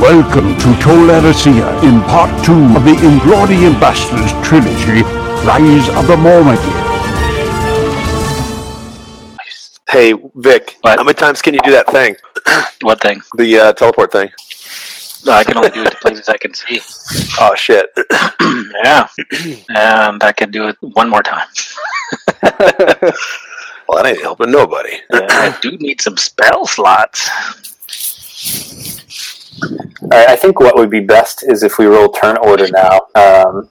Welcome to Tolericea in part two of the Inglorious Bastards trilogy, Rise of the Mormagir. Hey, Vic, What? how many times can you do that thing? What thing? The uh, teleport thing. No, I can only do it to places I can see. Oh, shit. yeah. And I can do it one more time. Well, that ain't helping nobody. I do need some spell slots. All right, I think what would be best is if we roll turn order now, um,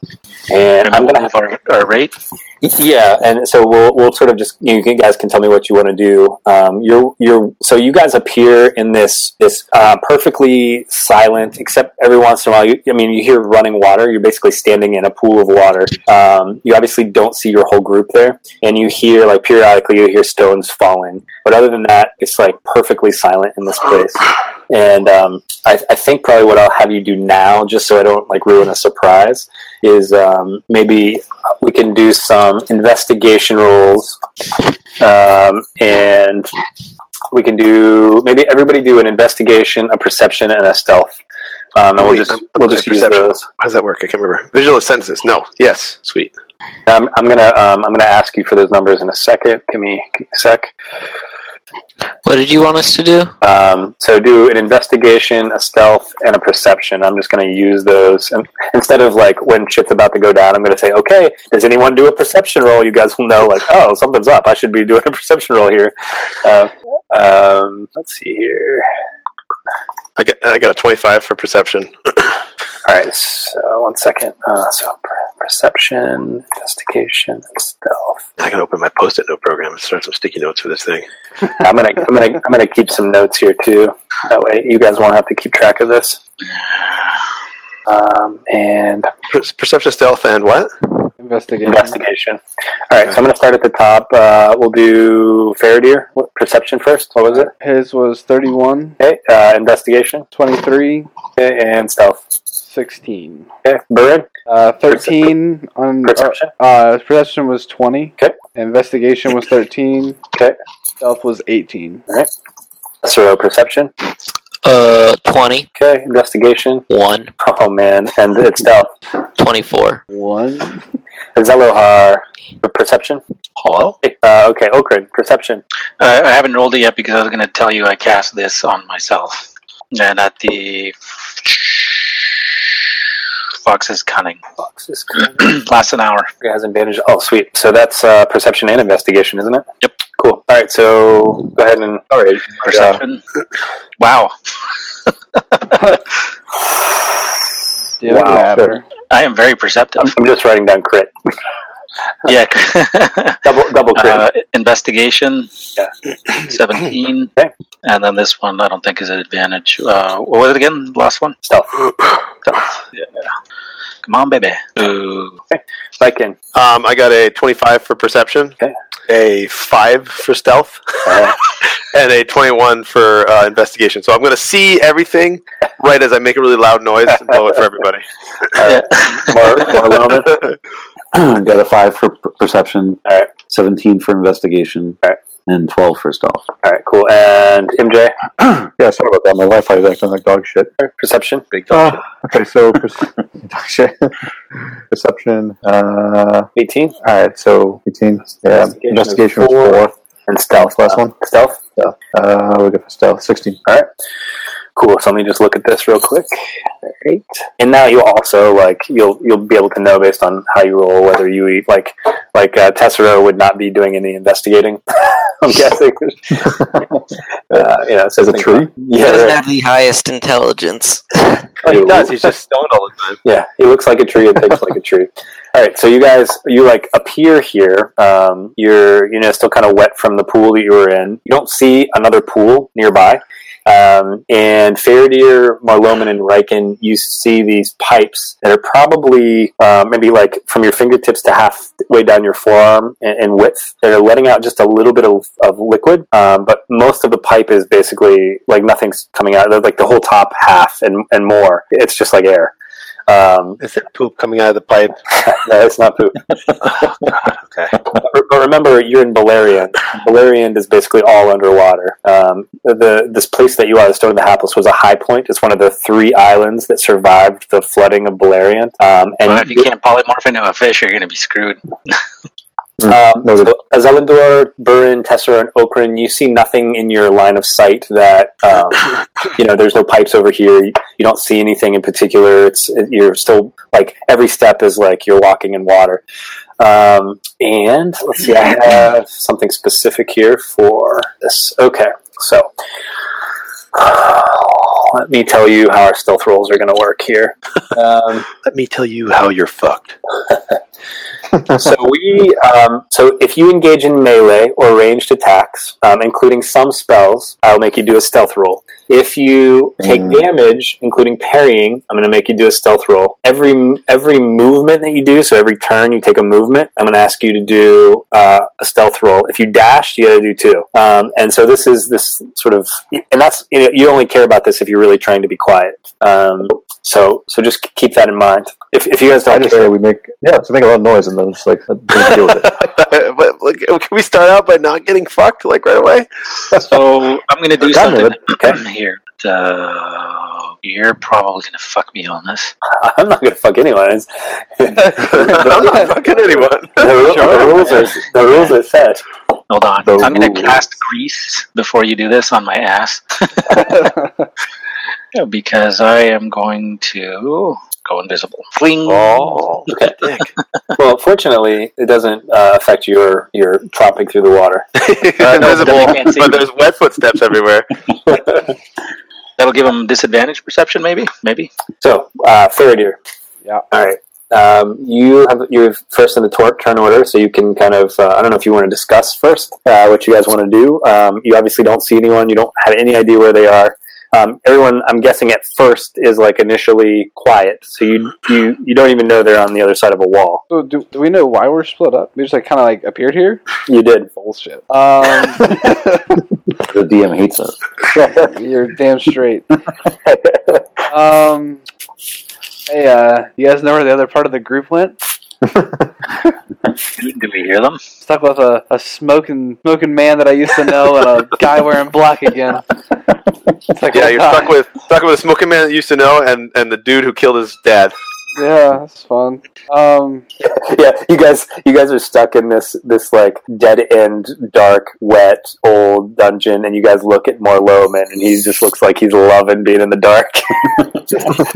and And I'm we'll gonna move our, our rate. yeah, and so we'll we'll sort of just you can- guys can tell me what you want to do. Um, you're you're so you guys appear in this this uh, perfectly silent, except every once in a while. You, I mean, you hear running water. You're basically standing in a pool of water. Um, you obviously don't see your whole group there, and you hear like periodically you hear stones falling. But other than that, it's like perfectly silent in this place. And um, I, I think probably what I'll have you do now, just so I don't like ruin a surprise, is um, maybe we can do some investigation rolls, um, and we can do maybe everybody do an investigation, a perception, and a stealth. Um, and we'll just we'll just use Perception. those. How does that work? I can't remember. Visual senses. No. Yes. Sweet. I'm, I'm gonna um, I'm gonna ask you for those numbers in a second. Give me, give me a sec. What did you want us to do? Um, so do an investigation, a stealth, and a perception. I'm just going to use those and instead of like when shit's about to go down. I'm going to say, okay, does anyone do a perception roll? You guys will know, like, oh, something's up. I should be doing a perception roll here. Uh, um, let's see here. I got, I got a 25 for perception. All right, so one second. Uh, so per- perception, investigation, and stealth. I can open my post-it note program and start some sticky notes for this thing. I'm gonna, I'm gonna, I'm gonna keep some notes here too. That way, you guys won't have to keep track of this. Um, and Per- Perception, stealth, and what? Investigation. Investigation. All right, so I'm going to start at the top. Uh, we'll do Faradir. What, perception first. What was it? His was 31, Okay. Uh, investigation. 23, Okay, and stealth. 16. Okay. Burn. Uh, 13 on Perception. Uh, uh, perception was 20. Okay. Investigation was 13. Okay. Stealth was 18. Zero perception. Uh, 20, Okay. Investigation. 1, Oh man, and it's stealth. 24. One. Zelohar. Perception. Hello? Uh, okay. Okrin. Perception. Uh, I haven't rolled it yet because I was going to tell you I cast this on myself. And at the. Fox's cunning. Fox is Lasts an hour. has advantage. Oh, sweet. So that's uh, perception and investigation, isn't it? Yep. Cool. All right. So go ahead and. uh, All right. Perception. Wow. Did Wow. grabber. I am very perceptive. I'm just writing down crit. Yeah. Double double crit. uh, investigation. Yeah. 17. Okay. And then this one, I don't think is an advantage. Uh, what was it again? Last one? stealth. Um, Yeah. Come on, baby. Ooh. Viking. Um, I got a 25 for perception, Okay. a 5 for stealth, Alright. and a 21 for uh, investigation. So I'm going to see everyking right as I make a really loud noise and blow it for everybody. More, more Roman. Got a five for per- perception, All right. seventeen for investigation, All right. and twelve for stealth. All right, cool. And MJ, Yeah, sorry about that. My Wi-Fi is acting like dog shit. perception. Uh, Ah, okay, so perce- dog shit. perception. Uh, 18. all right, so eighteen. Yeah, Investigation is investigation was four. four. And Stealth, last one. Stealth. So, uh, we got for stealth sixteen. All right. Cool. So let me just look at this real quick. All right. And now you'll also like you'll you'll be able to know based on how you roll whether you eat like like uh, Tessero would not be doing any investigating. I'm guessing. uh, you know, it says it true? He Yeah, doesn't right. have the highest intelligence. Oh, he does. He's just stoned all the time. Yeah, he looks like a tree and thinks like a tree. All right, so you guys, you like appear here. Um, you're you know still kind of wet from the pool that you were in. You don't see another pool nearby, Um, and Faradir, Marloman, and Riken, you see these pipes that are probably uh, maybe like from your fingertips to halfway down your forearm in, in width. They're letting out just a little bit of, of liquid, um, but most of the pipe is basically like nothing's coming out. Like the whole top half and, and more, it's just like air. Um, Is there poop coming out of the pipe? no, it's not poop. Okay. But but remember, you're in Beleriand. Beleriand is basically all underwater. Um, the this place that you are, the Stone of the Hapless, was a high point. It's one of the three islands that survived the flooding of Beleriand. Um, and But if you can't polymorph into a fish, you're gonna be screwed. Um, Noted. so Azalindor, Burin, Tessera, and Okrin, you see nothing in your line of sight that, um, you know, there's no pipes over here. You, you don't see anything in particular. It's You're still, like, every step is like you're walking in water. Um, and let's see, I have something specific here for this. Okay, so let me tell you how our stealth rolls are going to work here. Um, Let me tell you how you're fucked. so we um, so if you engage in melee or ranged attacks um, including some spells i'll make you do a stealth roll if you take Mm. damage including parrying i'm going to make you do a stealth roll every every movement that you do so every turn you take a movement i'm going to ask you to do uh, a stealth roll if you dash you got to do two um, and so this is this sort of and that's you, know, you only care about this if you're really trying to be quiet um, so so just keep that in mind if, if you guys I don't just care say we make yeah, so make a lot of noise and then it's like don't deal with it. but, look, can we start out by not getting fucked like right away? So I'm gonna do Done something with here. Uh, you're probably gonna fuck me on this. I'm not gonna fuck anyone. It's- I'm not fucking anyone. the, ru- the rules are the rules are set. Hold on. The I'm going rules. to cast grease before you do this on my ass. because I am going to go invisible. Fling. Oh, Okay. dick. Well, fortunately, it doesn't uh, affect your your tromping through the water. Invisible, I can't see. but there's wet footsteps everywhere. That'll give him disadvantage perception, maybe? Maybe. So, uh, Faradir. Yeah. All right. Um, you have you're first in the tor- turn order, so you can kind of uh, I don't know if you want to discuss first uh, what you guys want to do. Um, you obviously don't see anyone. You don't have any idea where they are. Um, everyone, I'm guessing at first is like initially quiet, so you you you don't even know they're on the other side of a wall. So do, do we know why we're split up? We just like kind of like appeared here. You did. Bullshit. Um, The DM hates us. you're damn straight. Um, hey, uh, you guys know where the other part of the group went? Do we hear them? Stuck with a, a smoking smoking man that I used to know and a guy wearing black again. It's like, oh Yeah, you're "Why?" stuck with stuck with a smoking man that you used to know, and and the dude who killed his dad. Yeah, that's fun. Um, yeah, you guys, you guys are stuck in this this like dead end, dark, wet, old dungeon, and you guys look at Marloman, and he just looks like he's loving being in the dark.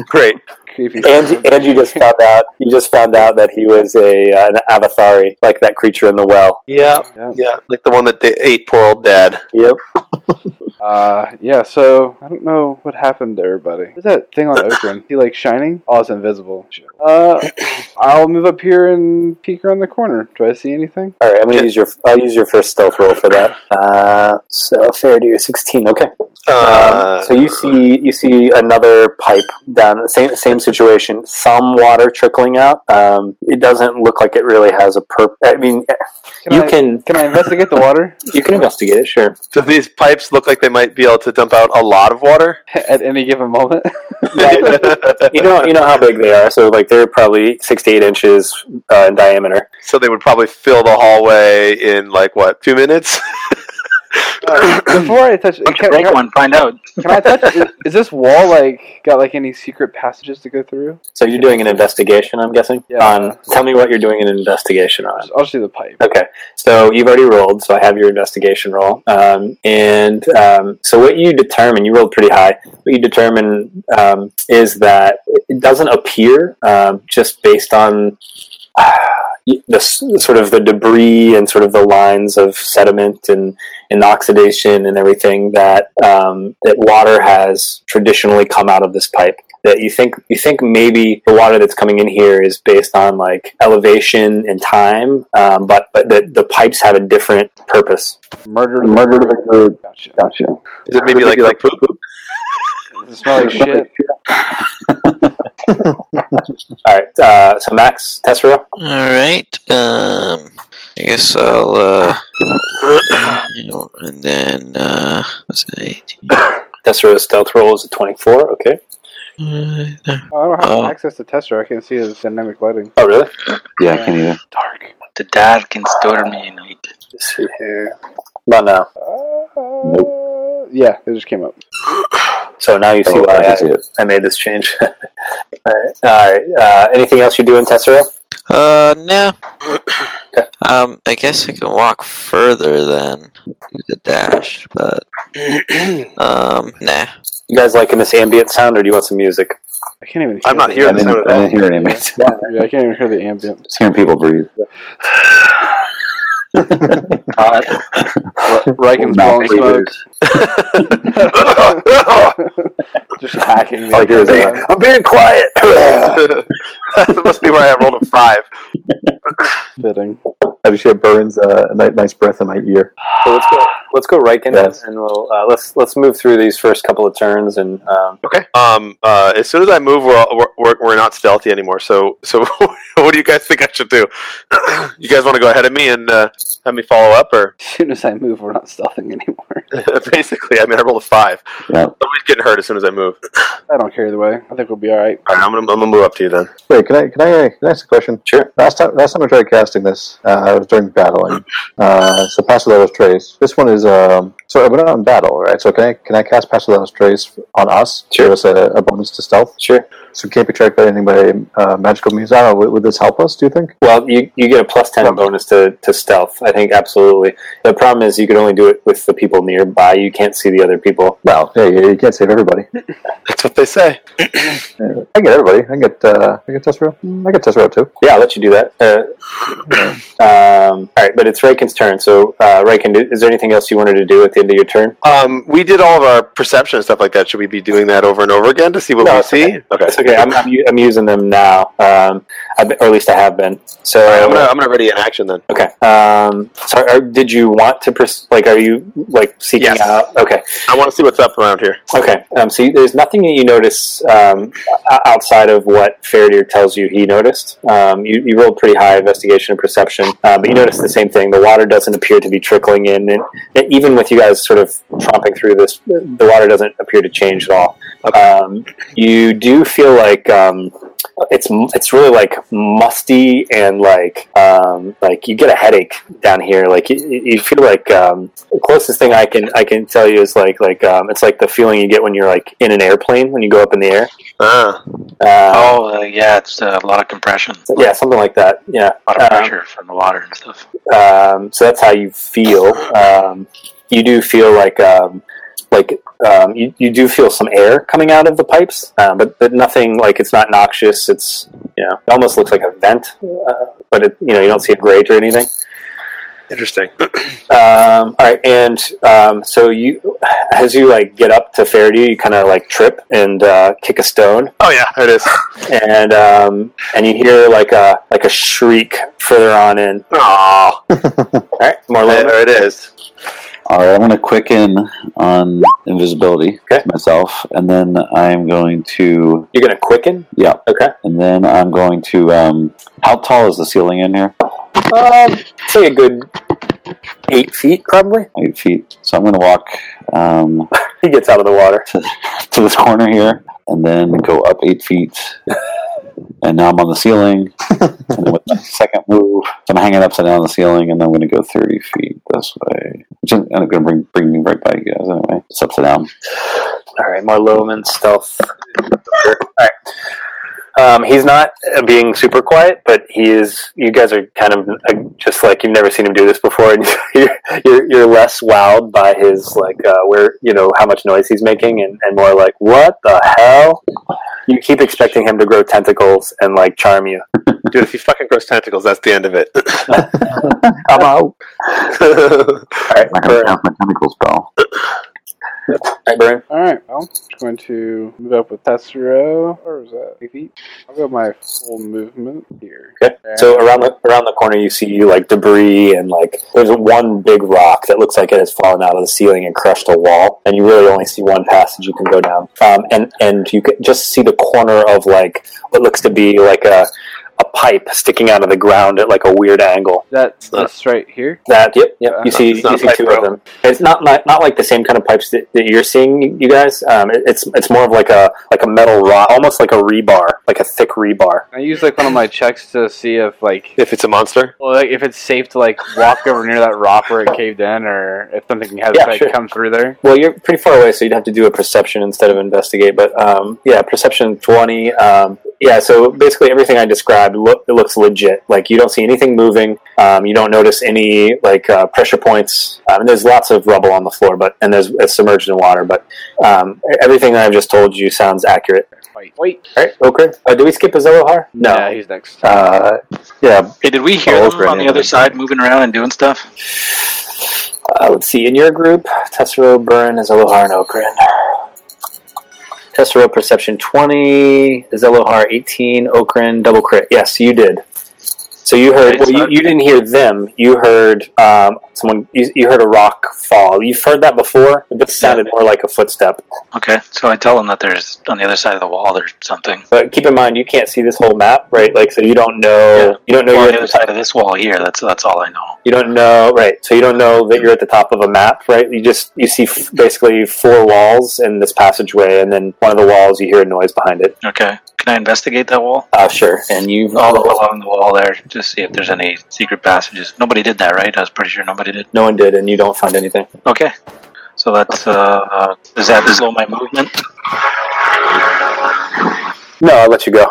Great. creepy. and and you just found out you just found out that he was a uh, an avathari, like that creature in the well. Yeah, Yeah. yeah, like the one that they ate poor old dad. Yep. Uh, yeah, so I don't know what happened to everybody. What's that thing on Okran? He like shining? Oh, it's invisible. Uh, I'll move up here and peek around the corner. Do I see anything? All right, I'm gonna use your I'll use your first stealth roll for that. Uh, so fair to you, sixteen. Okay. Um, Uh, so you see you see another pipe down same same situation some water trickling out um, it doesn't look like it really has a purpose i mean Can you I, can can I investigate the water you can investigate it sure do these pipes look like they might be able to dump out a lot of water? at any given moment? you know you know how big they are so like they're probably six to eight inches uh, in diameter so they would probably fill the hallway in like what two minutes? Before I touch, Why don't you can, break can, one? Find out. can I touch? Is, is this wall like got like any secret passages to go through? so you're doing an investigation i'm guessing Yeah. on tell me what you're doing an investigation on I'll just do the pipe. Okay, so you've already rolled, so I have your investigation roll. Um, and um, so what you determine, you rolled pretty high, what you determine um, is that it doesn't appear um, just based on uh, the s- sort of the debris and sort of the lines of sediment and, and oxidation and everything that, um, that water has traditionally come out of this pipe. that you think you think maybe the water that's coming in here is based on like elevation and time, um, but but the, the pipes have a different purpose. Murder. Murder to the Gotcha. Gotcha. Is it maybe like, like poop? Does it smell like shit? All right, uh, so Max Tessera, All right. Um, I guess I'll. Uh, you know, and then uh, what's it? 18? Tessera's stealth roll is a twenty four. Okay. Uh, Oh, I don't have Oh. access to Tester. I can't see his dynamic lighting. Oh really? Yeah, I can't either. Dark. The dark and stormy night. Let's see here. Not now. Uh, yeah, it just came up. So now you see Oh, why I can I, see it. I made this change. All right. All right. Uh, anything else you're doing, Tessera? uh no. Um, I guess I can walk further than the dash, but um, nah. You guys liking this ambient sound, or do you want some music? I can't even. Hear I'm not it. I hearing the didn't, I sound of that. didn't hear any mates. Yeah, I can't even hear the ambient. Just hearing people breathe. Riken's Mouth blowing smoke. breathers. just hacking Oh, All I hear is me. that. I'm being quiet. that must be why I rolled a five. Fitting. I just hear Burns' uh, ni- nice breath in my ear. So let's go. Let's go Riken, Yes. and we'll uh, let's let's move through these first couple of turns. And um, Okay. Um. Uh. As soon as I move, we're all- we're, we're, we're not stealthy anymore. So so what do you guys think I should do? you guys want to go ahead of me and uh, have me follow up, or As soon as I move, we're not stealthing anymore. basically? I mean, I rolled a five. Yeah. Somebody's getting hurt as soon as I move. I don't care either way. I think we'll be all right. All right. I'm gonna I'm gonna move up to you then. Wait, can I can I, can I ask a question? Sure. Last time last time I tried casting this, uh, I was during battle, and uh, so Pass Without a Trace. This one is um, so we're not in battle, right? So can I can I cast Pass Without a Trace on us? Sure. Give us a, a bonus to stealth. sure. So it can't be tracked by anybody uh, magical means. I don't know. Would, would this help us? Do you think? Well, you, you get a plus ten bonus to, to stealth. I think absolutely. The problem is you can only do it with the people nearby. You can't see the other people. Well, yeah, yeah, you can't save everybody. That's what they say. Yeah, I get everybody. I get uh, I get Tessera. Mm, I get Tessera too. Yeah, I'll let you do that. Uh, um, all right, but it's Riken's turn. So uh, Riken, is there anything else you wanted to do at the end of your turn? Um. We did all of our perception and stuff like that. Should we be doing that over and over again to see what No, we it's see? okay. Okay. That's okay. I'm, I'm, u- I'm using them now, um, I've been, or at least I have been. So All right, I'm gonna I'm gonna ready in action then. Okay. Um, so, are, did you want to pers- like? Are you like seeking Yes. out? Okay. I want to see what's up around here. Okay. Um, so you, there's nothing that you notice um, o- outside of what Faradir tells you he noticed. Um, you, you rolled pretty high investigation and perception, uh, but you noticed the same thing. The water doesn't appear to be trickling in, and, and even with you guys sort of tromping through this, the water doesn't appear to change at all. Um, you do feel like um, it's it's really like musty and like um, like you get a headache down here. Like you, you feel like um, the closest thing I can I can tell you is like like um, it's like the feeling you get when you're like in an airplane when you go up in the air. Ah. Uh, Oh, uh, yeah, it's uh, a lot of compression. A Yeah, something like that. Yeah. lot Um, of pressure from the water and stuff. um, so that's how you feel. Um, you do feel like um, like um, you, you do feel some air coming out of the pipes, um, but, but nothing like it's not noxious. It's you know it almost looks like a vent, uh, but it, you know you don't see a grate or anything. Interesting. Um, all right, and um, so you as you like get up to Faraday, you kind of like trip and uh, kick a stone, Oh yeah, there it is. and um, and you hear like a like a shriek further on in. Aww. All right, more low. There it is. All right, I'm going to quicken on invisibility Okay. myself, and then I'm going to You're gonna quicken. yeah, Okay. and then I'm going to um. How tall is the ceiling in here? Um, say a good eight feet, probably. Eight feet. So I'm going to walk um He gets out of the water. to this corner here, and then go up eight feet, and now I'm on the ceiling. and then with my second move, I'm hanging upside down on the ceiling, and I'm going to go 30 feet this way, which is going to bring bring me right by you guys anyway. It's upside down. All right, Marloman stealth. All right. Um, he's not uh, being super quiet, but he is. You guys are kind of uh, just like you've never seen him do this before, and you're you're, you're less wowed by his like uh, where you know how much noise he's making, and, and more like what the hell. You keep expecting him to grow tentacles and like charm you. Dude, if he fucking grows tentacles, that's the end of it. I'm out. All right, I Burn. have my tentacles, pal. Right, Brian? All right, well, I'm just going to move up with Tessero. Or is that eight feet? I'll go my full movement here. Okay. So around the around the corner, you see like debris and like there's one big rock that looks like it has fallen out of the ceiling and crushed a wall, and you really only see one passage you can go down. Um, and and you can just see the corner of like what looks to be like a a pipe sticking out of the ground at like a weird angle. That's this right here. Uh, That yep yep. You see It's not you see pipe, two bro. of them. It's not like not like the same kind of pipes that, that you're seeing, you guys. Um, it- it's it's more of like a like a metal rod, almost like a rebar, like a thick rebar. I use like one of my checks to see if like If it's a monster, Well, like, if it's safe to like walk over near that rock where it caved in, or if something has Yeah, like sure. come through there. Well, you're pretty far away, so you'd have to do a perception instead of investigate. But um, yeah, perception twenty. Um, yeah, so basically everything I described look, it looks legit. Like you don't see anything moving. Um, you don't notice any like uh, pressure points. Um, and there's lots of rubble on the floor, but and there's it's submerged in water. But um, everything that I've just told you sounds accurate. Wait, wait. All right, okay. Uh, did we skip a Zohar? No. Yeah, he's next. Uh, yeah, Hey, did we hear Oh, them on Brandon. the other side moving around and doing stuff? Uh, let's see. In your group, Tessero, Burn, is Elohar, and Okrin. Tessero perception 20, is Elohar 18, Okrin double crit. Yes, you did. So you heard. Well, you, you didn't hear them. You heard um, someone. You, you heard a rock fall. You've heard that before, but it sounded more like a footstep. Okay, so I tell them that there's on the other side of the wall there's something. But keep in mind, you can't see this whole map, right? Like, so you don't know. Yeah. You don't know. Or on You're at the the other side of this wall here. That's that's all I know. You don't know, right? So you don't know that you're at the top of a map, right? You just you see f- basically four walls and this passageway, and then one of the walls you hear a noise behind it. Okay, can I investigate that wall? Ah, sure. And you All the way along the wall there, just see if there's any secret passages. Nobody did that, right? I was pretty sure nobody did. no one did, and you don't find anything. Okay, so that's uh, uh does that slow my movement? No, I'll let you go.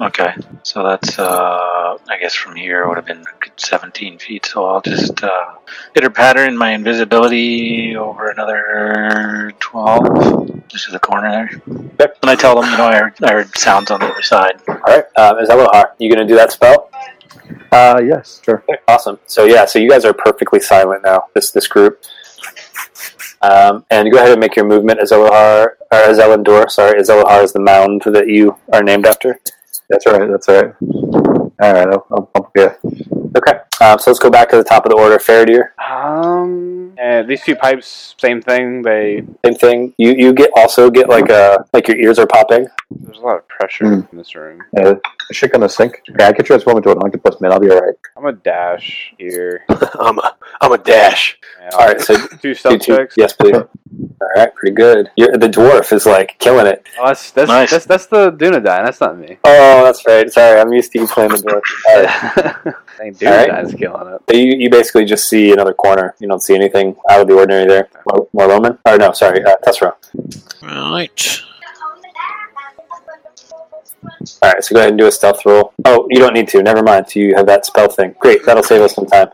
Okay, so that's uh, I guess from here would have been a good 17 feet. So I'll just uh, hitter pattern my invisibility over another 12, just to the corner there. Yep. And I tell them, you know, I heard, I heard sounds on the other side. All right, um, is Elohar? You gonna do that spell? uh, yes, sure. Awesome. So yeah, so you guys are perfectly silent now. This this group. Um, and go ahead and make your movement as Elohar or as Elendor. Sorry, as Elohar is the mound that you are named after. That's all right. That's all right. All right, I'll, I'll pump you. Okay. Um, so let's go back to the top of the order. Faradir, Um, and these two pipes, same thing. They same thing. You you get also get like a like your ears are popping. there's a lot of pressure Mm. in this room. Yeah, is shit gonna sink? Yeah, I can transform into an octopus, man. I'll be all right. I'm a dash here. I'm a I'm a dash. And All right. So two you stealth two, checks. yes, please. All right, pretty good. You're, the dwarf is like killing it. Oh, that's that's, Nice. that's that's the Dunedain. That's not me. Oh, that's right. Sorry, I'm used to you playing the dwarf. All right. Dang, All Dunedain's killing it. So you, you basically just see another corner. You don't see anything out of the ordinary there. More, more Roman? Or no, sorry, uh, Tessera. Right. All right, so go ahead and do a stealth roll. Oh, you don't need to. Never mind. You have that spell thing. Great, that'll save us some time.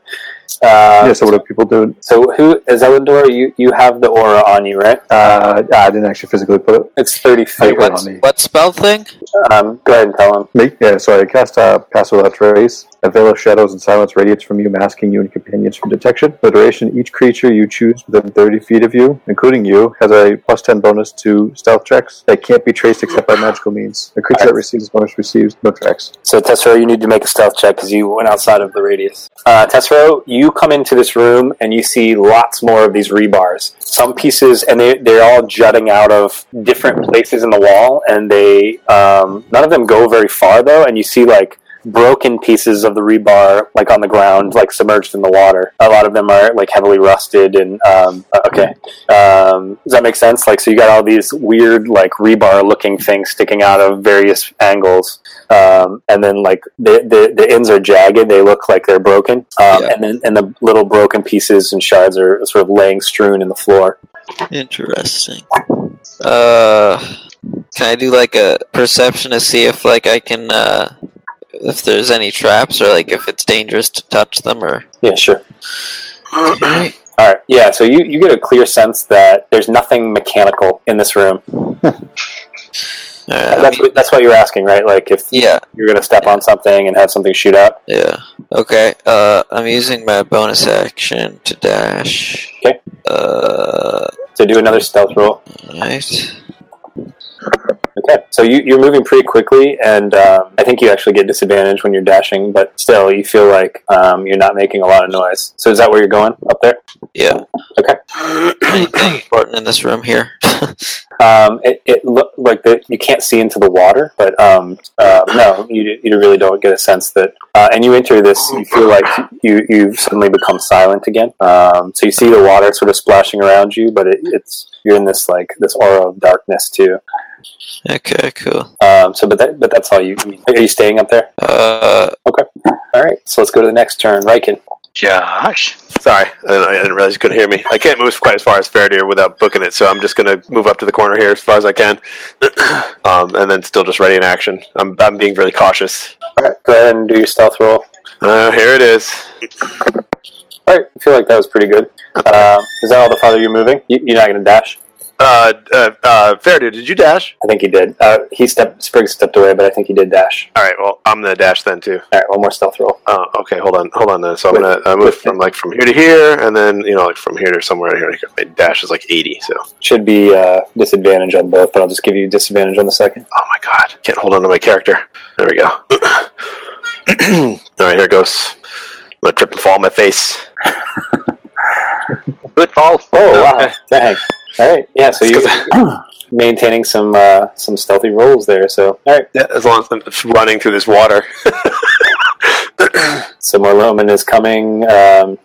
Uh, yeah. So what do people do? So who is Elendor? You you have the aura on you, right? Uh, I didn't actually physically put it. It's thirty feet. Wait, What, on me. what spell thing? Um, go ahead and tell him. Make yeah. So I cast uh, pass without trace. A veil of shadows and silence radiates from you, masking you and companions from detection. For duration, each creature you choose within 30 feet of you, including you, has a plus 10 bonus to stealth checks that can't be traced except by magical means. A creature that receives this bonus receives no tracks. So Tessero, you need to make a stealth check because you went outside of the radius. Uh, Tessero, you come into this room and you see lots more of these rebars. Some pieces, and they they're all jutting out of different places in the wall, and they um, none of them go very far though. And you see like broken pieces of the rebar like on the ground, like submerged in the water. A lot of them are like heavily rusted and um, uh, okay. Um, does that make sense? Like so, you got all these weird like rebar looking things sticking out of various angles um, and then like the, the the ends are jagged; they look like they're broken, um, Yeah. and then and the little broken pieces and shards are sort of laying strewn in the floor. Interesting. Uh, can I do like a perception to see if like I can uh if there's any traps or like if it's dangerous to touch them or? Yeah, sure. All right, yeah. So you you get a clear sense that there's nothing mechanical in this room. Alright, That's, what- that's what you're asking, right? Like if yeah, you're going to step on something and have something shoot out. yeah. Okay, uh, I'm using my bonus action to dash. Okay. Uh, So do another stealth roll. right. Okay. So you, you're moving pretty quickly, and um, I think you actually get disadvantage when you're dashing, but still, you feel like um, you're not making a lot of noise. So is that where you're going up there? Yeah. Okay. Anything important in this room here? Um, it, it looked like that you can't see into the water, but um, uh, no, you, you really don't get a sense that. Uh, and you enter this, you feel like you you suddenly become silent again. Um, so you see the water sort of splashing around you, but it, it's you're in this like this aura of darkness too. okay, cool. Um, so, but that, but that's all you. I mean, are you staying up there? Uh, All right. So let's go to the next turn, Riken. Josh. Sorry, I didn't, I didn't realize you couldn't hear me. I can't move quite as far as Faradir without booking it, so I'm just going to move up to the corner here as far as I can, um, and then still just ready in action. I'm, I'm being really cautious. All right. Go ahead and do your stealth roll. Uh, here it is. All right. I feel like that was pretty good. Um, is that all the farther you're moving? You, you're not going to dash. Uh, uh, uh, Faradir, did you dash? I think he did. Uh, he stepped. Spriggs stepped away, but I think he did dash. All right, well, I'm going to dash then too. All right, one more stealth roll. Uh, okay, hold on, hold on. Then. So I'm gonna uh, move from like from here to here, and then you know like from here to somewhere here. Like, my dash is like 80. So oh Should be uh, disadvantage on both, but I'll just give you disadvantage on the second. oh my god, can't hold on to my character. There we go. All right, here goes. I'm gonna trip and fall on my face. Good fall. Oh wow! Dang. All right, yeah. So you maintaining some uh, some stealthy rolls there. So all right, Yeah, as long as I'm just running through this water. so more Loman is coming. Um,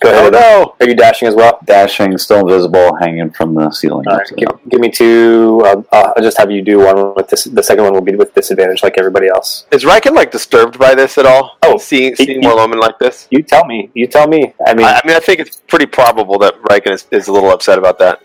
go Oh ahead. no! Are you dashing as well? Dashing, still invisible, hanging from the ceiling. All right, give, give me two. Uh, uh, I'll just have you do one with this. The second one will be with disadvantage, like everybody else. Is Riken like disturbed by this at all? Oh, seeing he- seeing he- Warloman like this. You tell me. You tell me. I mean, I, I mean, I think it's pretty probable that Riken is, is a little upset about that.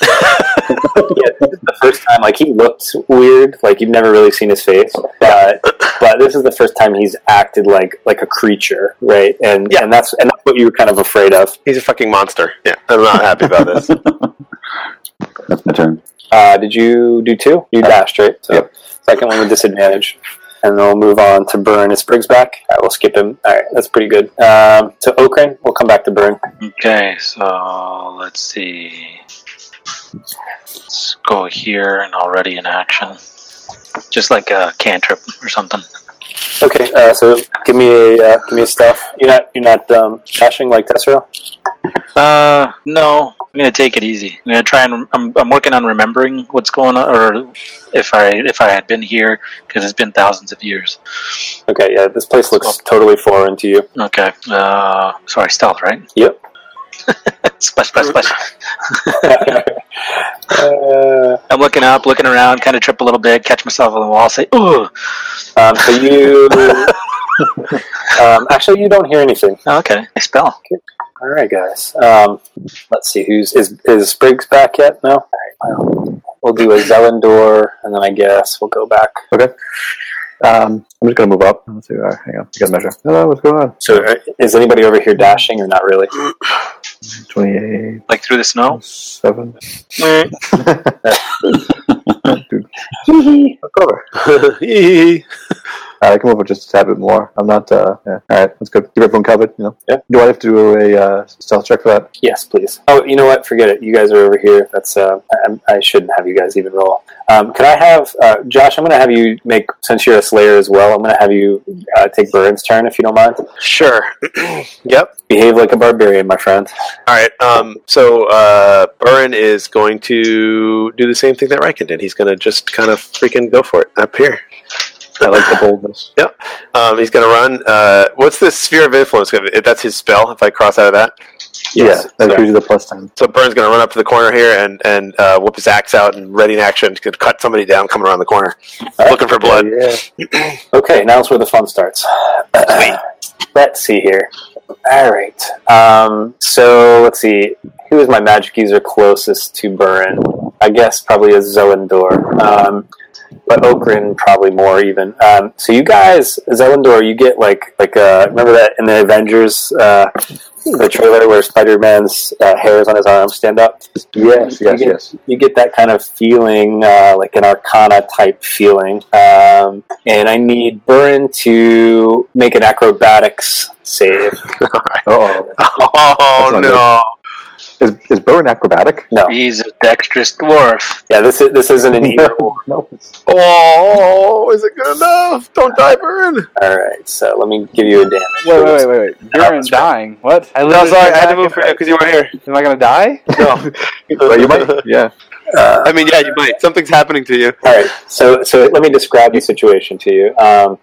yeah, this is the first time. Like he looked weird. Like you've never really seen his face, but but this is the first time he's acted like like a creature, right? And Yeah. and that's and that's what you were kind of afraid of. He's a fucking monster. Yeah, I'm not happy about this. That's my turn. Uh, did you do two? You dashed, right? So Yep. second one with disadvantage. And then we'll move on to Burn. Is Briggs back? All right, we'll skip him. All right, that's pretty good. Um, so Okran, we'll come back to Burn. Okay, so let's see. Let's go here and already in action. Just like a cantrip or something. Okay, uh, so give me a uh, give me a stuff. You're not you're not um, dashing like Tessero. Uh, no. I'm gonna take it easy. I'm gonna try and I'm, I'm working on remembering what's going on, or if I if I had been here because it's been thousands of years. Okay, yeah, this place looks totally foreign to you. Okay. Uh, sorry, stealth, right? Yep. splash, splash, splash. Uh, I'm looking up, looking around, kind of trip a little bit, catch myself on the wall, say, "Ooh, Um, so you. um, actually, you don't hear anything. okay, I spell." All right, guys. Um, let's see who's is is Spriggs back yet? No. All right. Well, we'll do a Zelendor, and then I guess we'll go back. Okay. Um, I'm just gonna move up. Let's see. Uh, hang on. I gotta measure. Hello, what's going on? So, uh, is anybody over here dashing or not really? Twenty-eight, Like through the snow. seven. Look over. Uh, I can move up just a tad bit more. I'm not. Uh, yeah. All right, that's good. Keep everyone covered. You know. Yeah. Do I have to do a uh, stealth check for that? Yes, please. Oh, you know what? Forget it. You guys are over here. That's uh, I, I shouldn't have you guys even roll. Um, can I have uh, Josh? I'm going to have you make since you're a Slayer as well. I'm going to have you uh, take Burns' turn if you don't mind. Sure. yep. Behave like a barbarian, my friend. All right. Um, so uh, Burren is going to do the same thing that Riken did. He's going to just kind of freaking go for it up here. I like the uh, boldness. Um, he's going to run. Uh, what's this sphere of influence? gonna be? That's his spell. If I cross out of that, Yeah, that's Yeah. usually the plus ten. so Burren's going to run up to the corner here and and uh, whip his axe out and ready in action to cut somebody down coming around the corner, All right. looking for blood. Yeah. Okay, now it's where the fun starts. let's see here. All right. Um, so let's see. Who is my magic user closest to Burren? I guess probably is Zelendor. Um, but Okrin probably more even. Um, so you guys, Zelendor, you get like like uh, remember that in the Avengers uh, the trailer where Spider Man's uh, hairs on his arms stand up. Yes, yes, You get- yes. You get that kind of feeling, uh, like an Arcana type feeling. Um, and I need Burren to make an acrobatics save. Oh, Oh not no! is is Bowen acrobatic? No, He's a dexterous dwarf. yeah, this is this isn't an either. All no. Oh, is it good enough? Don't die, burn. right, so let me give you a damage. Wait, wait, wait, wait, wait. You're dying. What? I No, sorry, I had to move for you because you were here. Am I gonna die? No, But you might. Yeah. Uh, I mean, yeah, you might. Something's happening to you. All right. So, so let me describe the situation to you. Um,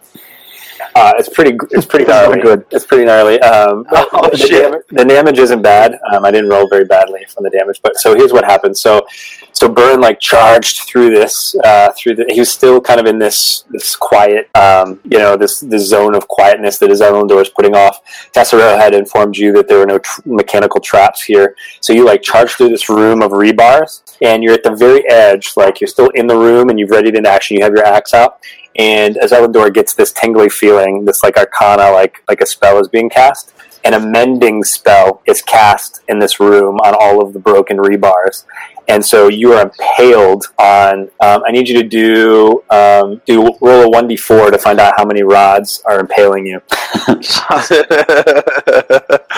uh, it's pretty. It's pretty gnarly. good. It's pretty gnarly. Um, Oh, the, shit. Damage, the damage isn't bad. Um, I didn't roll very badly on the damage, but so here's what happened. So, so Burn like charged through this. Uh, through the, he was still kind of in this this quiet, um, you know, this this zone of quietness that his own door is putting off. Tessero had informed you that there were no tr- mechanical traps here. So you like charge through this room of rebars, and you're at the very edge. Like you're still in the room, and you've readied into action. You have your axe out, and as Elendor gets this tingly feeling, this like arcana, like like a spell is being cast. And a mending spell is cast in this room on all of the broken rebars, and so you are impaled on. Um, I need you to do um, do roll a one d four to find out how many rods are impaling you.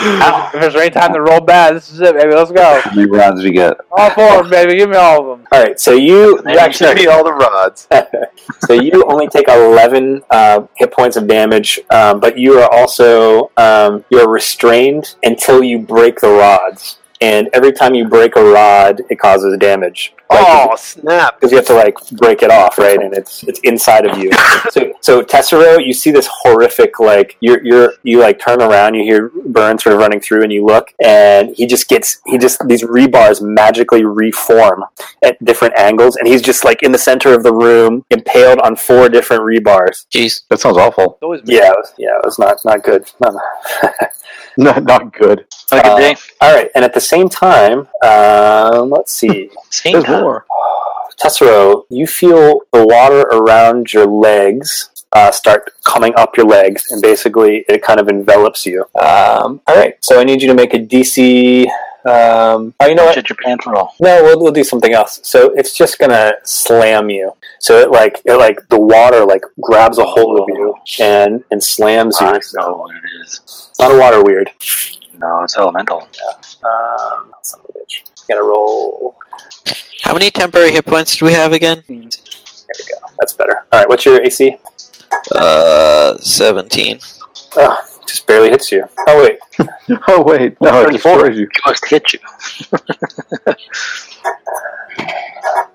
Ow. If it's right time to roll bad, this is it, baby. Let's go. How many rounds did you get? All four, baby. Give me all of them. All right, so you, you actually Give me all the rods. so you only take 11 uh, hit points of damage, um, but you are also um, you are restrained until you break the rods. And every time you break a rod, it causes damage. Oh snap! because you have to like break it off, right? And it's it's inside of you. So so Tessero, you see this horrific like you're you're you like turn around, you hear Burn sort of running through, and you look, and he just gets he just these rebars magically reform at different angles, and he's just like in the center of the room, impaled on four different rebars. Jeez. That sounds awful. It's always me. Yeah, it was- yeah, it was not not good. Not- Not not good. Have a good Uh, day. All right, and at the same time, um, let's see. Same There's time. more. Tessero, you feel the water around your legs uh, start coming up your legs, and basically it kind of envelops you. Um, all right, so I need you to make a DC. Um, oh, you know what? Did your pants roll? No, we'll, we'll do something else. So it's just gonna slam you. So it like it like the water like grabs a hold of you and and slams you. I know what it is. It's not a water weird. No, it's elemental. Um, son of a bitch. Gotta roll. How many temporary hit points do we have again? That's better. All right, what's your AC? Uh, 17. Ugh, just barely hits you. Oh wait, Oh wait, no, it destroys you. It must hit you.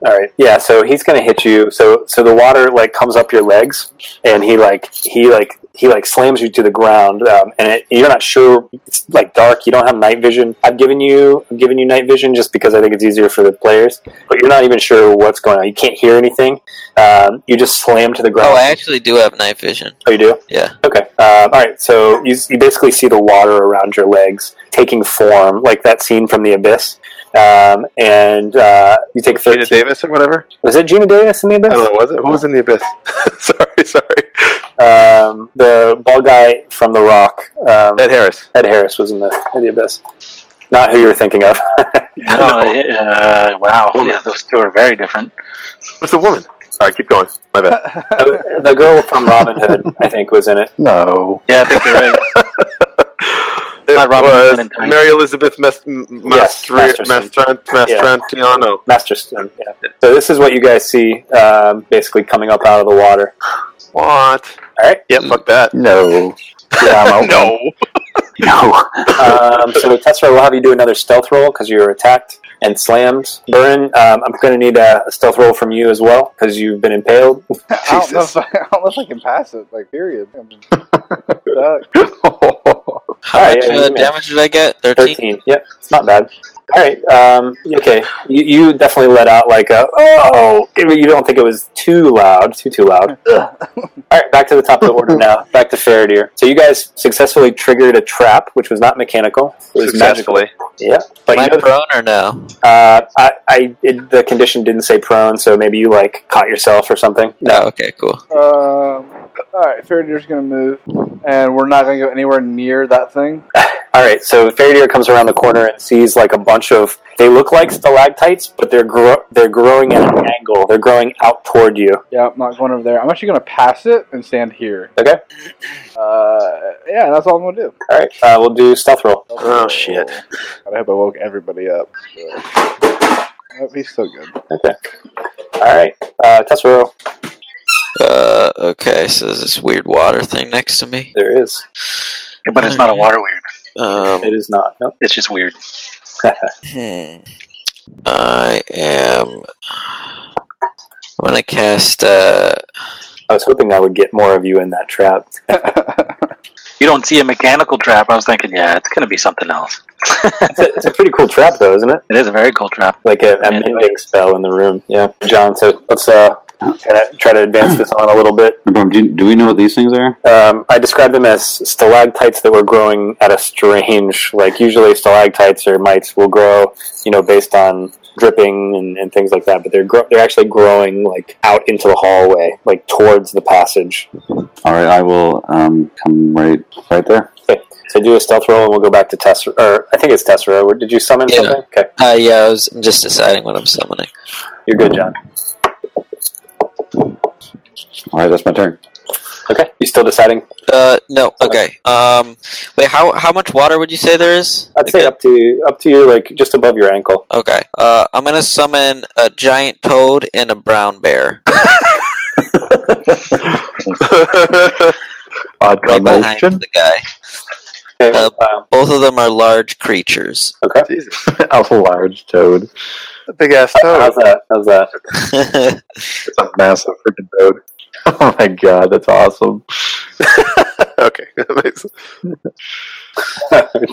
All right. Yeah. So he's gonna hit you. So so the water like comes up your legs, and he like he like he like slams you to the ground, um, and it, you're not sure. It's like dark. You don't have night vision. I've given you I've given you night vision just because I think it's easier for the players. But you're not even sure what's going on. You can't hear anything. Um, you just slam to the ground. Oh, I actually do have night vision. oh, you do. Yeah. Okay. Um, all right. So you, you basically see the water around your legs taking form, like that scene from The Abyss. Um, and uh, you take Gina 13. Davis or whatever. Was it Gina Davis in The Oh, Abyss? I don't know. Was it? Who was in the abyss? sorry, sorry. um, the bald guy from The Rock, um, Ed Harris. Ed Harris, was in the, in the abyss. Not who you were thinking of. No, it- uh, wow. Yeah, those two are very different. What's the woman? All right, keep going. My bad. the girl from Robin Hood, I think, was in it. No. Yeah, I think they're right. It Not Robin was Hood and- Mary Elizabeth Mas- M- Yes, Mastri- Masterson. Mastran- Mastrantiano. Masterson. Yeah. So this is what you guys see, um, basically coming up out of the water. What? All right. Yeah, fuck that. No. Yeah, I'm out. no. No. Um, so Tessera, we'll have you do another stealth roll because you were attacked and slammed. Burn, um, I'm going to need a stealth roll from you as well because you've been impaled. I don't, know if I, I don't know if I can pass it. Like period. I mean, suck. How Alright, much yeah, uh, you may. damage did I get? 13? 13. Yep, it's not bad. All right. Um, okay. You, you definitely let out like a oh. You don't think it was too loud, too too loud. All right, back to the top of the order now. Back to Faradir. So you guys successfully triggered a trap, which was not mechanical. It was magical. Successfully. Yeah, but Am you I know, prone or no? uh, I, I it, the condition didn't say prone, so maybe you like caught yourself or something. No. Oh, okay, cool. Um, all right, Faradir's gonna move, and we're not gonna go anywhere near that thing. All right, so Faradir comes around the corner and sees like a bunch of. They look like stalactites, but they're gro- they're growing at an angle. They're growing out toward you. Yeah, I'm not going over there. I'm actually going to pass it and stand here. Okay. Uh, yeah, that's all I'm going to do. All right, uh, we'll do stealth roll. Oh, shit. God, I hope I woke everybody up. So. That'd be so good. All right, uh, test roll. Uh, okay, so there's this weird water thing next to me. There is. Yeah, but it's not a water weird. Um, It is not. No. It's just weird. hmm. I am. I'm gonna cast. Uh, I was hoping I would get more of you in that trap. You don't see a mechanical trap. I was thinking, yeah, it's going to be something else. It's a, it's a pretty cool trap, though, isn't it? It is a very cool trap. Like a, a mending spell in the room. Yeah, John. So let's uh, try to, try to advance this on a little bit. Boom, Do, you- do we know what these things are? Um, I described them as stalactites that were growing at a strange, like usually stalactites or mites will grow, you know, based on dripping and, and things like that. But they're gro- they're actually growing like out into the hallway, like towards the passage. All right, I will um, come right right there. So do a stealth roll, and we'll go back to Tessera. Or I think it's Tessera. Where- Did you summon Yeah. something? Okay, uh, yeah, I was just deciding what I'm summoning. you're good, John. All right, that's my turn. Okay, you still deciding? Uh, no, okay. Um, wait, how how much water would you say there is? I'd say up to up to you, like just above your ankle. Okay. Uh, I'm gonna summon a giant toad and a brown bear. Odd Right behind combination. the guy. Okay, Um, Uh, wow. Both of them are large creatures. okay. Jesus. Alpha large toad. Big ass How's that? How's that? It's a massive freaking toad. Oh my god, that's awesome. okay. that makes-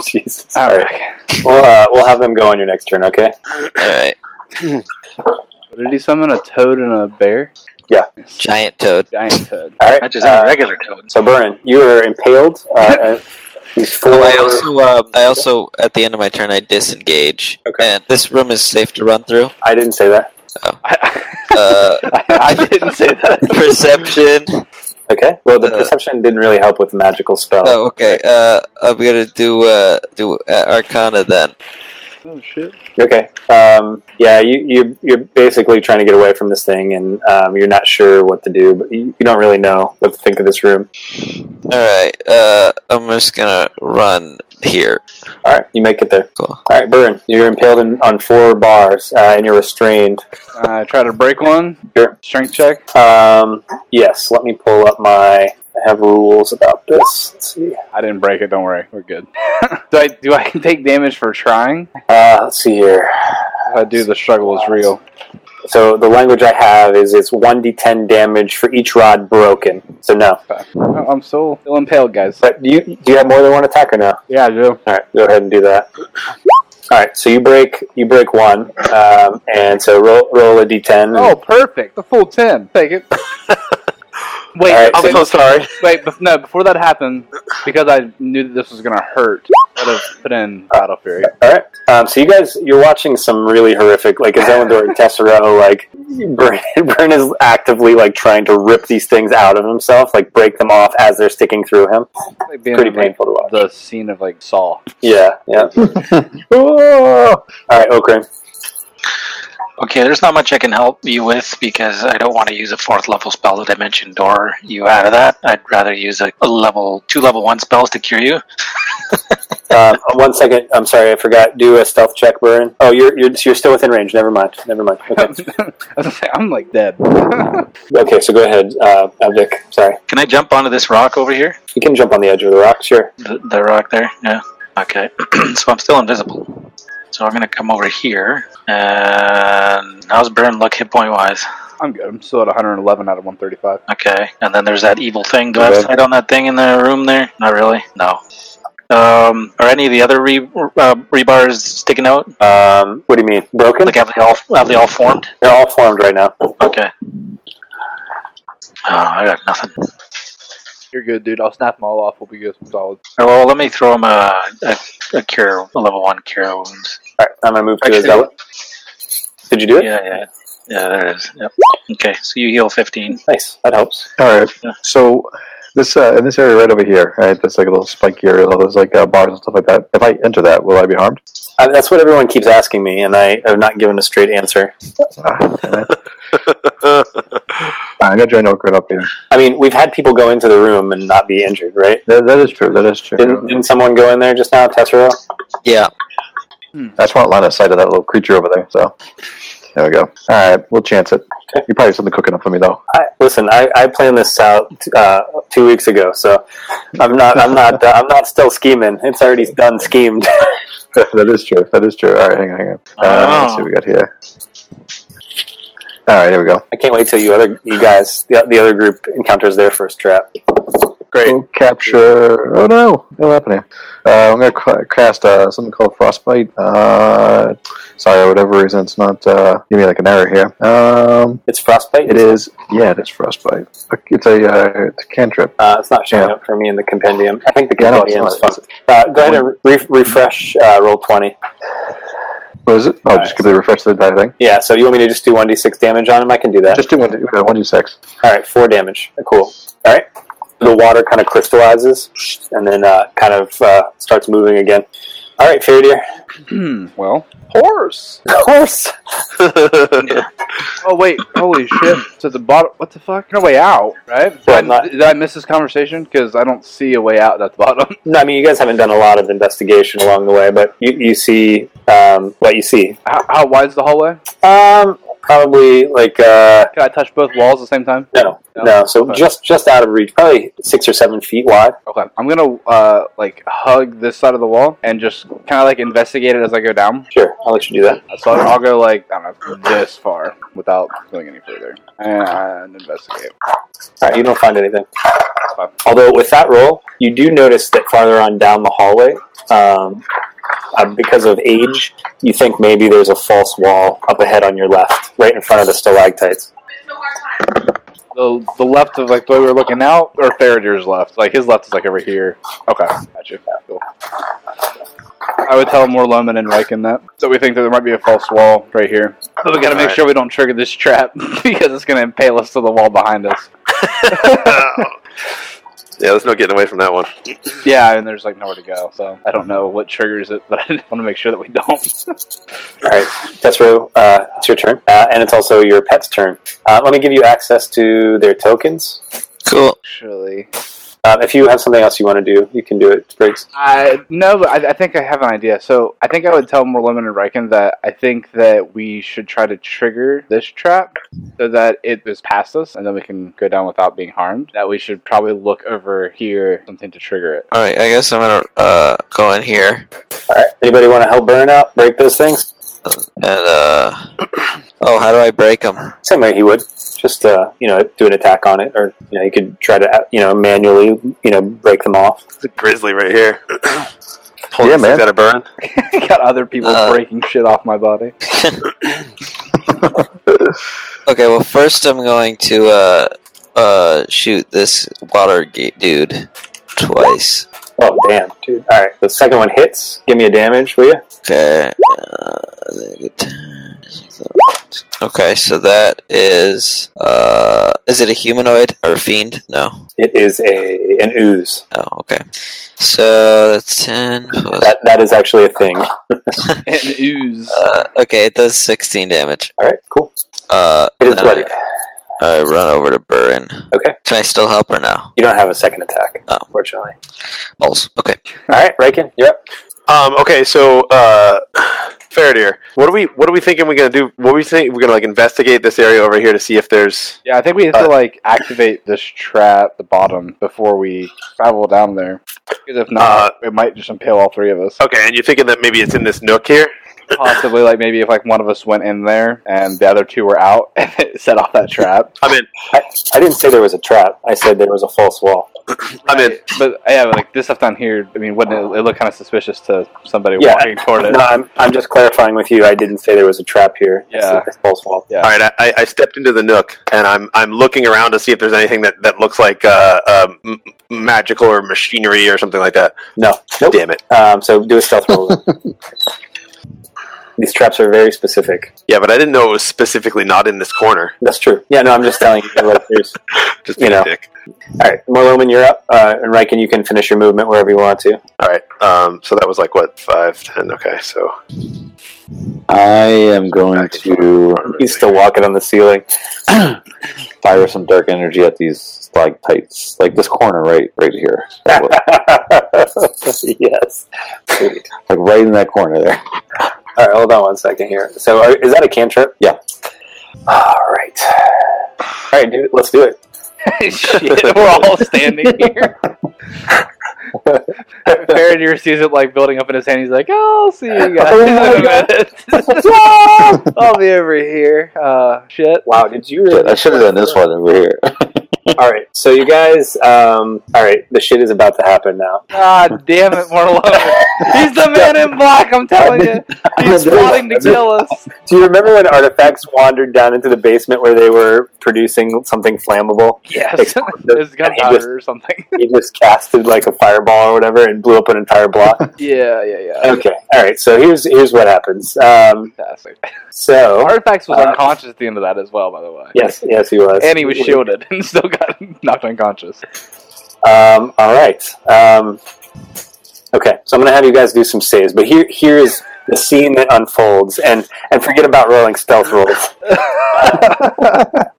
Jesus. All All right. right. We'll, uh, we'll have them go on your next turn, okay? All right, Did he summon a toad and a bear? giant toad. Giant toad. All right. That's just uh, a regular toad. So, Burren, you are impaled. Uh, and these four. Oh, I also, um, I also, at the end of my turn, I disengage. Okay. And this room is safe to run through. I didn't say that. Uh, I didn't say that. perception. Okay. Well, the Uh, perception didn't really help with the magical spell. Oh, okay. Uh, I'm gonna do uh, do uh, Arcana then. Oh shit. Okay. Um, yeah, you, you you're basically trying to get away from this thing, and um, you're not sure what to do, but you, you don't really know what to think of this room. All right. Uh, I'm just gonna run here. All right, you make it there. Cool. All right, Burren, you're impaled in, on four bars, uh, and you're restrained. Uh, I try to break one. Sure. Strength check. Um, yes, let me pull up my. I have rules about this. Let's see. I didn't break it. Don't worry. We're good. do I do I take damage for trying? Uh, let's see here. If I do, the struggle is real. So the language I have is it's one d10 damage for each rod broken. So no. Oh, I'm still still impaled, guys. But do you do you have more than one attack or no? Yeah, I do. All right, go ahead and do that. All right, so you break you break one, um, and so roll roll a d10. and- Oh, perfect. The full ten. Take it. Wait, All right, I'm so- so sorry. Wait, bef- no, before that happened, because I knew that this was gonna hurt, I'd have put in Battle Fury. All right, um, so you guys you're watching some really horrific like Zelendor and Tessero like Burn, Burn is actively like trying to rip these things out of himself, like break them off as they're sticking through him. Like being Pretty in, like, painful to watch. the scene of like Saw. Yeah, yeah. Oh! All right, Okrin. Okay, there's not much I can help you with because I don't want to use a fourth level spell that I mentioned door you out of that. I'd rather use a, a level two level one spells to cure you. Um, one second. I'm sorry, I forgot. Do a stealth check, Burn. Oh, you're you're, you're still within range. Never mind. Never mind. I Okay, was like, I'm like dead. okay so go ahead, uh, uh, Vic. Sorry. Can I jump onto this rock over here? You can jump on the edge of the rock, sure. The, the rock there? Yeah. Okay. so I'm still invisible. So I'm going to come over here. And how's Burn look hit point wise? I'm good. I'm still at 111 out of 135. Okay. And then there's that evil thing. Do I Okay. have sight on that thing in the room there? Not really. No. Um, are any of the other re- uh, rebars sticking out? Um, what do you mean? Broken? Like have they all have they all formed? They're all formed right now. Okay. Oh, I got nothing. You're good, dude. I'll snap them all off. We'll be good. Solid. Oh, well, let me throw him a, a, a cure, a level one cure wounds. All right, I'm going to move to Actually- a zealot. Did you do it? Yeah, yeah, yeah. There it is. Yep. Okay, so you heal fifteen. Nice. That helps. All right. Yeah. So This uh, in this area right over here, right? That's like a little spiky area, all those like uh, bars and stuff like that. If I enter that, will I be harmed? Uh, that's what everyone keeps asking me, and I have not given a straight answer. Ah, all right. Uh, I'm gonna join Okra up here. I mean, we've had people go into the room and not be injured, right? That, that is true. That is true. Didn't, didn't someone go in there just now, Tessero? Yeah. I just want line of sight of that little creature over there. So there we go. All right, we'll chance it. You probably have something cooking up for me though. I, listen, I, I planned this out uh, two weeks ago, so I'm not, I'm not, uh, I'm not still scheming. It's already done schemed. that is true. That is true. All right, hang on, hang on. Uh, Let's see what we got here. All right, here we go. I can't wait till you other, you guys, the, the other group encounters their first trap. Great. We'll capture. Oh no! What happened here? Uh, I'm gonna cla- cast uh, something called frostbite. Uh, sorry, whatever reason it's not. Uh, give me like an error here. Um, It's frostbite. it is. Yeah, it is frostbite. It's a uh, it's a cantrip. Uh, it's not showing Yeah. up for me in the compendium. I think the Yeah, no, compendium it's is not. fun. Uh, go ahead and re- refresh uh, roll twenty. What is it? Oh, just quickly refresh the entire thing. Yeah. So you want me to just do one d six damage on him? I can do that. Just do one, do- okay, one, do six. All right, four damage. Cool. All right. The water kind of crystallizes and then uh, kind of uh, starts moving again. All right, fair deer. Hmm, well. Horse. Horse. Oh wait, holy shit! So the bottom. What the fuck? No way out, right? Did, I, Well, not- did I miss this conversation? Because I don't see a way out at the bottom. No, I mean, you guys haven't done a lot of investigation along the way, but you, you see um, what you see. How, how wide's the hallway? Um, probably like uh, Can I touch both walls at the same time? no, No. no, So Okay. just just out of reach, probably six or seven feet wide. Okay, I'm gonna uh, like hug this side of the wall and just kind of like investigate it as I go down. Sure, I'll let you do that. So I'll, I'll go like I don't know this far without going any further and investigate. All right, you don't find anything. Fine. Although with that roll, you do notice that farther on down the hallway, um, uh, because of age, you think maybe there's a false wall up ahead on your left, right in front of the stalactites. The the left of like the way we're looking out, or Faraday's left. Like his left is like over here. Okay, gotcha. Cool. I would tell more Loman and Riken that. So we think that there might be a false wall right here. But we gotta make Alright. sure we don't trigger this trap because it's gonna impale us to the wall behind us. yeah, there's no getting away from that one. Yeah, and there's like nowhere to go. So I don't know what triggers it, but I want to make sure that we don't. All right, Tessero, uh, it's your turn, uh, and it's also your pet's turn. Uh, let me give you access to their tokens. Cool. Actually, Um, if you have something else you want to do, you can do it, Briggs. I no, but I, I think I have an idea. So I think I would tell Morlemon and Riken that I think that we should try to trigger this trap so that it is past us, and then we can go down without being harmed. That we should probably look over here something to trigger it. All right. I guess I'm gonna uh, go in here All right, anybody want to help burn out, break those things? and uh. Oh, how do I break them? Same way he would. Just uh, you know, do an attack on it, or you know, you could try to uh, you know manually you know break them off. It's a grizzly right here. Pulling Yeah, things man. out of burn. Got other people Uh. breaking shit off my body. Okay. Well, first I'm going to uh uh shoot this water gate dude twice. Oh damn, dude! All right, the second one hits. Give me a damage, will you? Okay. uh, good times. Okay, so that is uh is it a humanoid or a fiend? No. It is a an ooze. Oh, okay. So that's ten plus- That that is actually a thing. All And ooze. uh, okay, it does sixteen damage. right, cool. Uh It is then bloody. I, I run over to Burin. Okay, Can I still help her now? you don't have a second attack, Oh. unfortunately. Balls. Okay. All right, Raken, you're up. Um, okay, so uh, Faradir, what are we what are we thinking we're gonna do? What we think we're gonna like investigate this area over here to see if there's Yeah, I think we have to like activate this trap, the bottom, before we travel down there. Because if not, it might just impale all three of us. okay. And you're thinking that maybe it's in this nook here. Possibly, like maybe if like one of us went in there and the other two were out and it set off that trap. I'm in. I, I didn't say there was a trap. I said there was a false wall. I'm in. But yeah, but, like this stuff down here. I mean, wouldn't it, it look kind of suspicious to somebody Yeah. walking toward it? No, I'm, I'm just clarifying with you. I didn't say there was a trap here. I said Yeah. it's a false wall. Yeah. All right, I, I stepped into the nook and I'm I'm looking around to see if there's anything that, that looks like uh, uh, m- magical or machinery or something like that. Um, No, nope. Damn it! Um, so do a stealth roll. These traps are very specific. Yeah, but I didn't know it was specifically not in this corner. That's true. Yeah, no, I'm just telling you. like, there's- Just You being know. a dick. all right, Morloman, you're up, uh, and Riken, you can finish your movement wherever you want to. All right. Um, so that was like what five, ten? Okay, so I am going to He's still walking on the ceiling. fire some dark energy at these stalactites, like this corner right, right here, like yes. Sweet. right in that corner there. All right, hold on one second here. So, are, is that a cantrip? Yeah. All right. All right, dude, let's do it. Shit, we're all standing here. Faradir sees it like building up in his hand. He's like, "Oh, "I'll see you guys in a minute. I'll be over here." Uh, shit. Wow, did you Shit, really? I should have done this one over here. All right, so you guys, um, all right, the shit is about to happen now. God damn it, Morloman. He's the man in black. I'm telling you, he's plotting to kill us. Do you remember when artifacts wandered down into the basement where they were producing something flammable? Yes, it's gunpowder or something. He just casted like a fireball or whatever and blew up an entire block. Yeah, yeah, yeah. Okay, all right. So here's here's what happens. Um, Fantastic. so Artifacts was Uh, unconscious at the end of that as well, by the way. yes, yes, he was, And he was shielded and still got knocked unconscious. Um, all right. Um, okay, so I'm going to have you guys do some saves, but here here is the scene that unfolds, and and forget about rolling stealth rolls.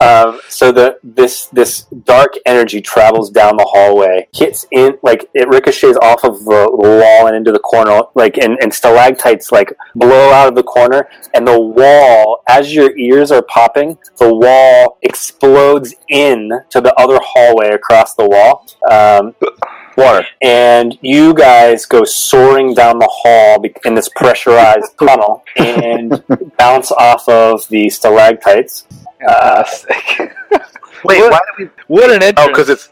um, so the this this dark energy travels down the hallway, hits in like it ricochets off of the wall and into the corner, like and, and stalactites like blow out of the corner, and the wall as your ears are popping, the wall explodes in to the other hallway across the wall. Um, water, and you guys go soaring down the hall be- in this pressurized tunnel and bounce off of the stalactites. Uh, Fantastic. wait, What? why did we? what an entrance. Oh, because it's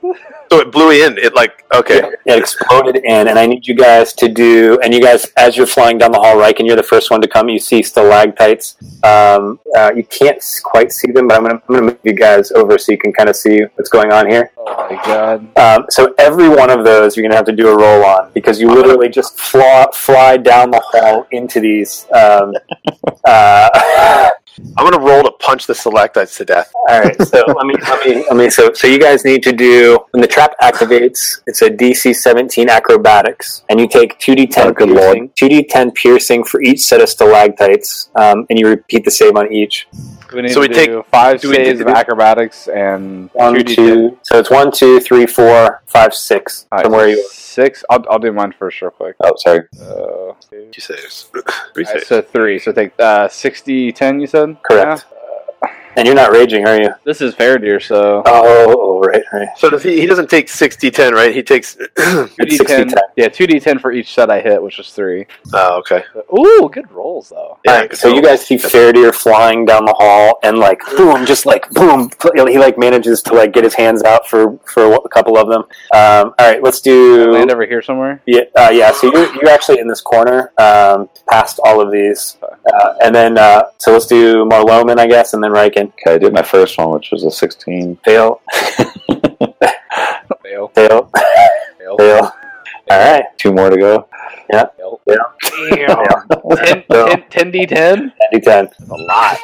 so it blew in. It like okay. It exploded in, and I need you guys to do. And you guys, as you're flying down the hall, Riken, you're the first one to come. You see stalactites. Um, uh, you can't s- quite see them, but I'm gonna, I'm gonna move you guys over so you can kind of see what's going on here. Oh my god. Um, so every one of those you're gonna have to do a roll on because you literally just fly, fly down the hall into these. Um, uh, I'm gonna roll to punch the selectites to death. all right, so let me let me let me. So so you guys need to do when the trap activates. It's a DC 17 acrobatics, and you take 2d10 Oh, good lord. piercing, 2d10 piercing for each set of stalactites, um, and you repeat the save on each. We need So to we do five do we saves do- of acrobatics and One, 2d10. two. So it's one, two, three, four, five, six. All right, from where you. Six. I'll, I'll do mine first, real quick. Oh, sorry. Uh, two. Two saves. Three Alright, saves. so three. So take uh, 60, 10, you said? Correct. And you're not raging, are you? Yeah? This is Faradir, so. Oh, oh, right, right. So does he? He doesn't take 60, 10, right? He takes. oh, 2D10 60. Yeah, 2d10 for each set I hit, which was three. okay. Ooh, good rolls, though. Yeah, All right, good so roll. you guys see Faradir flying down the hall, and like boom, just like boom, he like manages to like get his hands out for for a couple of them. Um, all right, let's do. Land over here somewhere? Yeah, uh, yeah. So you're, you're actually in this corner, um, past all of these, uh, and then uh, so let's do Marloman, I guess, and then Riken. Okay, I did my first one, which was a 16. Fail, Fail. fail, Fail. fail. All right, Two more to go. Fail. Yeah. Damn. 10, Fail. 10, 10d10? do ten. a lot.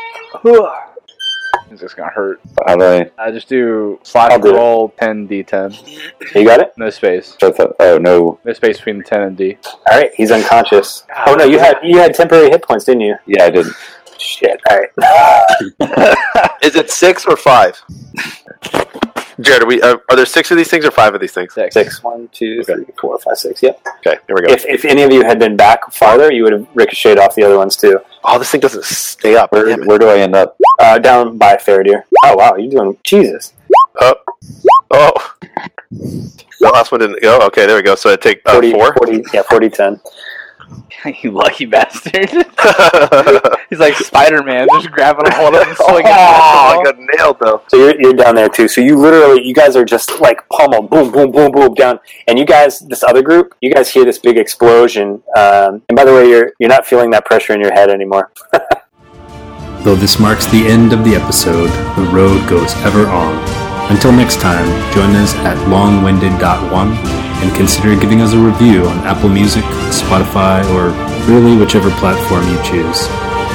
It's just gonna hurt. How do I? I just do slash I'll do it. roll 10 d10. You got it. No space. start the- Oh no. No space between 10 and D. All right, he's unconscious. Oh no, you had you had temporary hit points, didn't you? Yeah, I didn't. Shit. All right. Is it six or five? Jared, are we uh, are there six of these things or five of these things? Six. Six, one, two, three, four, five, six. Yep. Okay, here we go. If, if any of you had been back farther, you would have ricocheted off the other ones too. oh, this thing doesn't stay up. Where, Damn it. where do I end up? Uh, down by Faradir. Oh wow, you're doing Jesus. Oh, oh. The last one didn't go. Okay, there we go. So I take uh, 40, four. 40 yeah, 40, 10. you lucky bastard. He's like Spider Man, just grabbing a hold of and swinging. Oh, I at the got nailed though. So you're, you're down there too. So you literally, you guys are just like pummeled, boom, boom, boom, boom, down. And you guys, this other group, you guys hear this big explosion. Um, and by the way, you're you're not feeling that pressure in your head anymore. Though this marks the end of the episode, the road goes ever on. Until next time, join us at longwinded.one and consider giving us a review on Apple Music, Spotify, or really whichever platform you choose.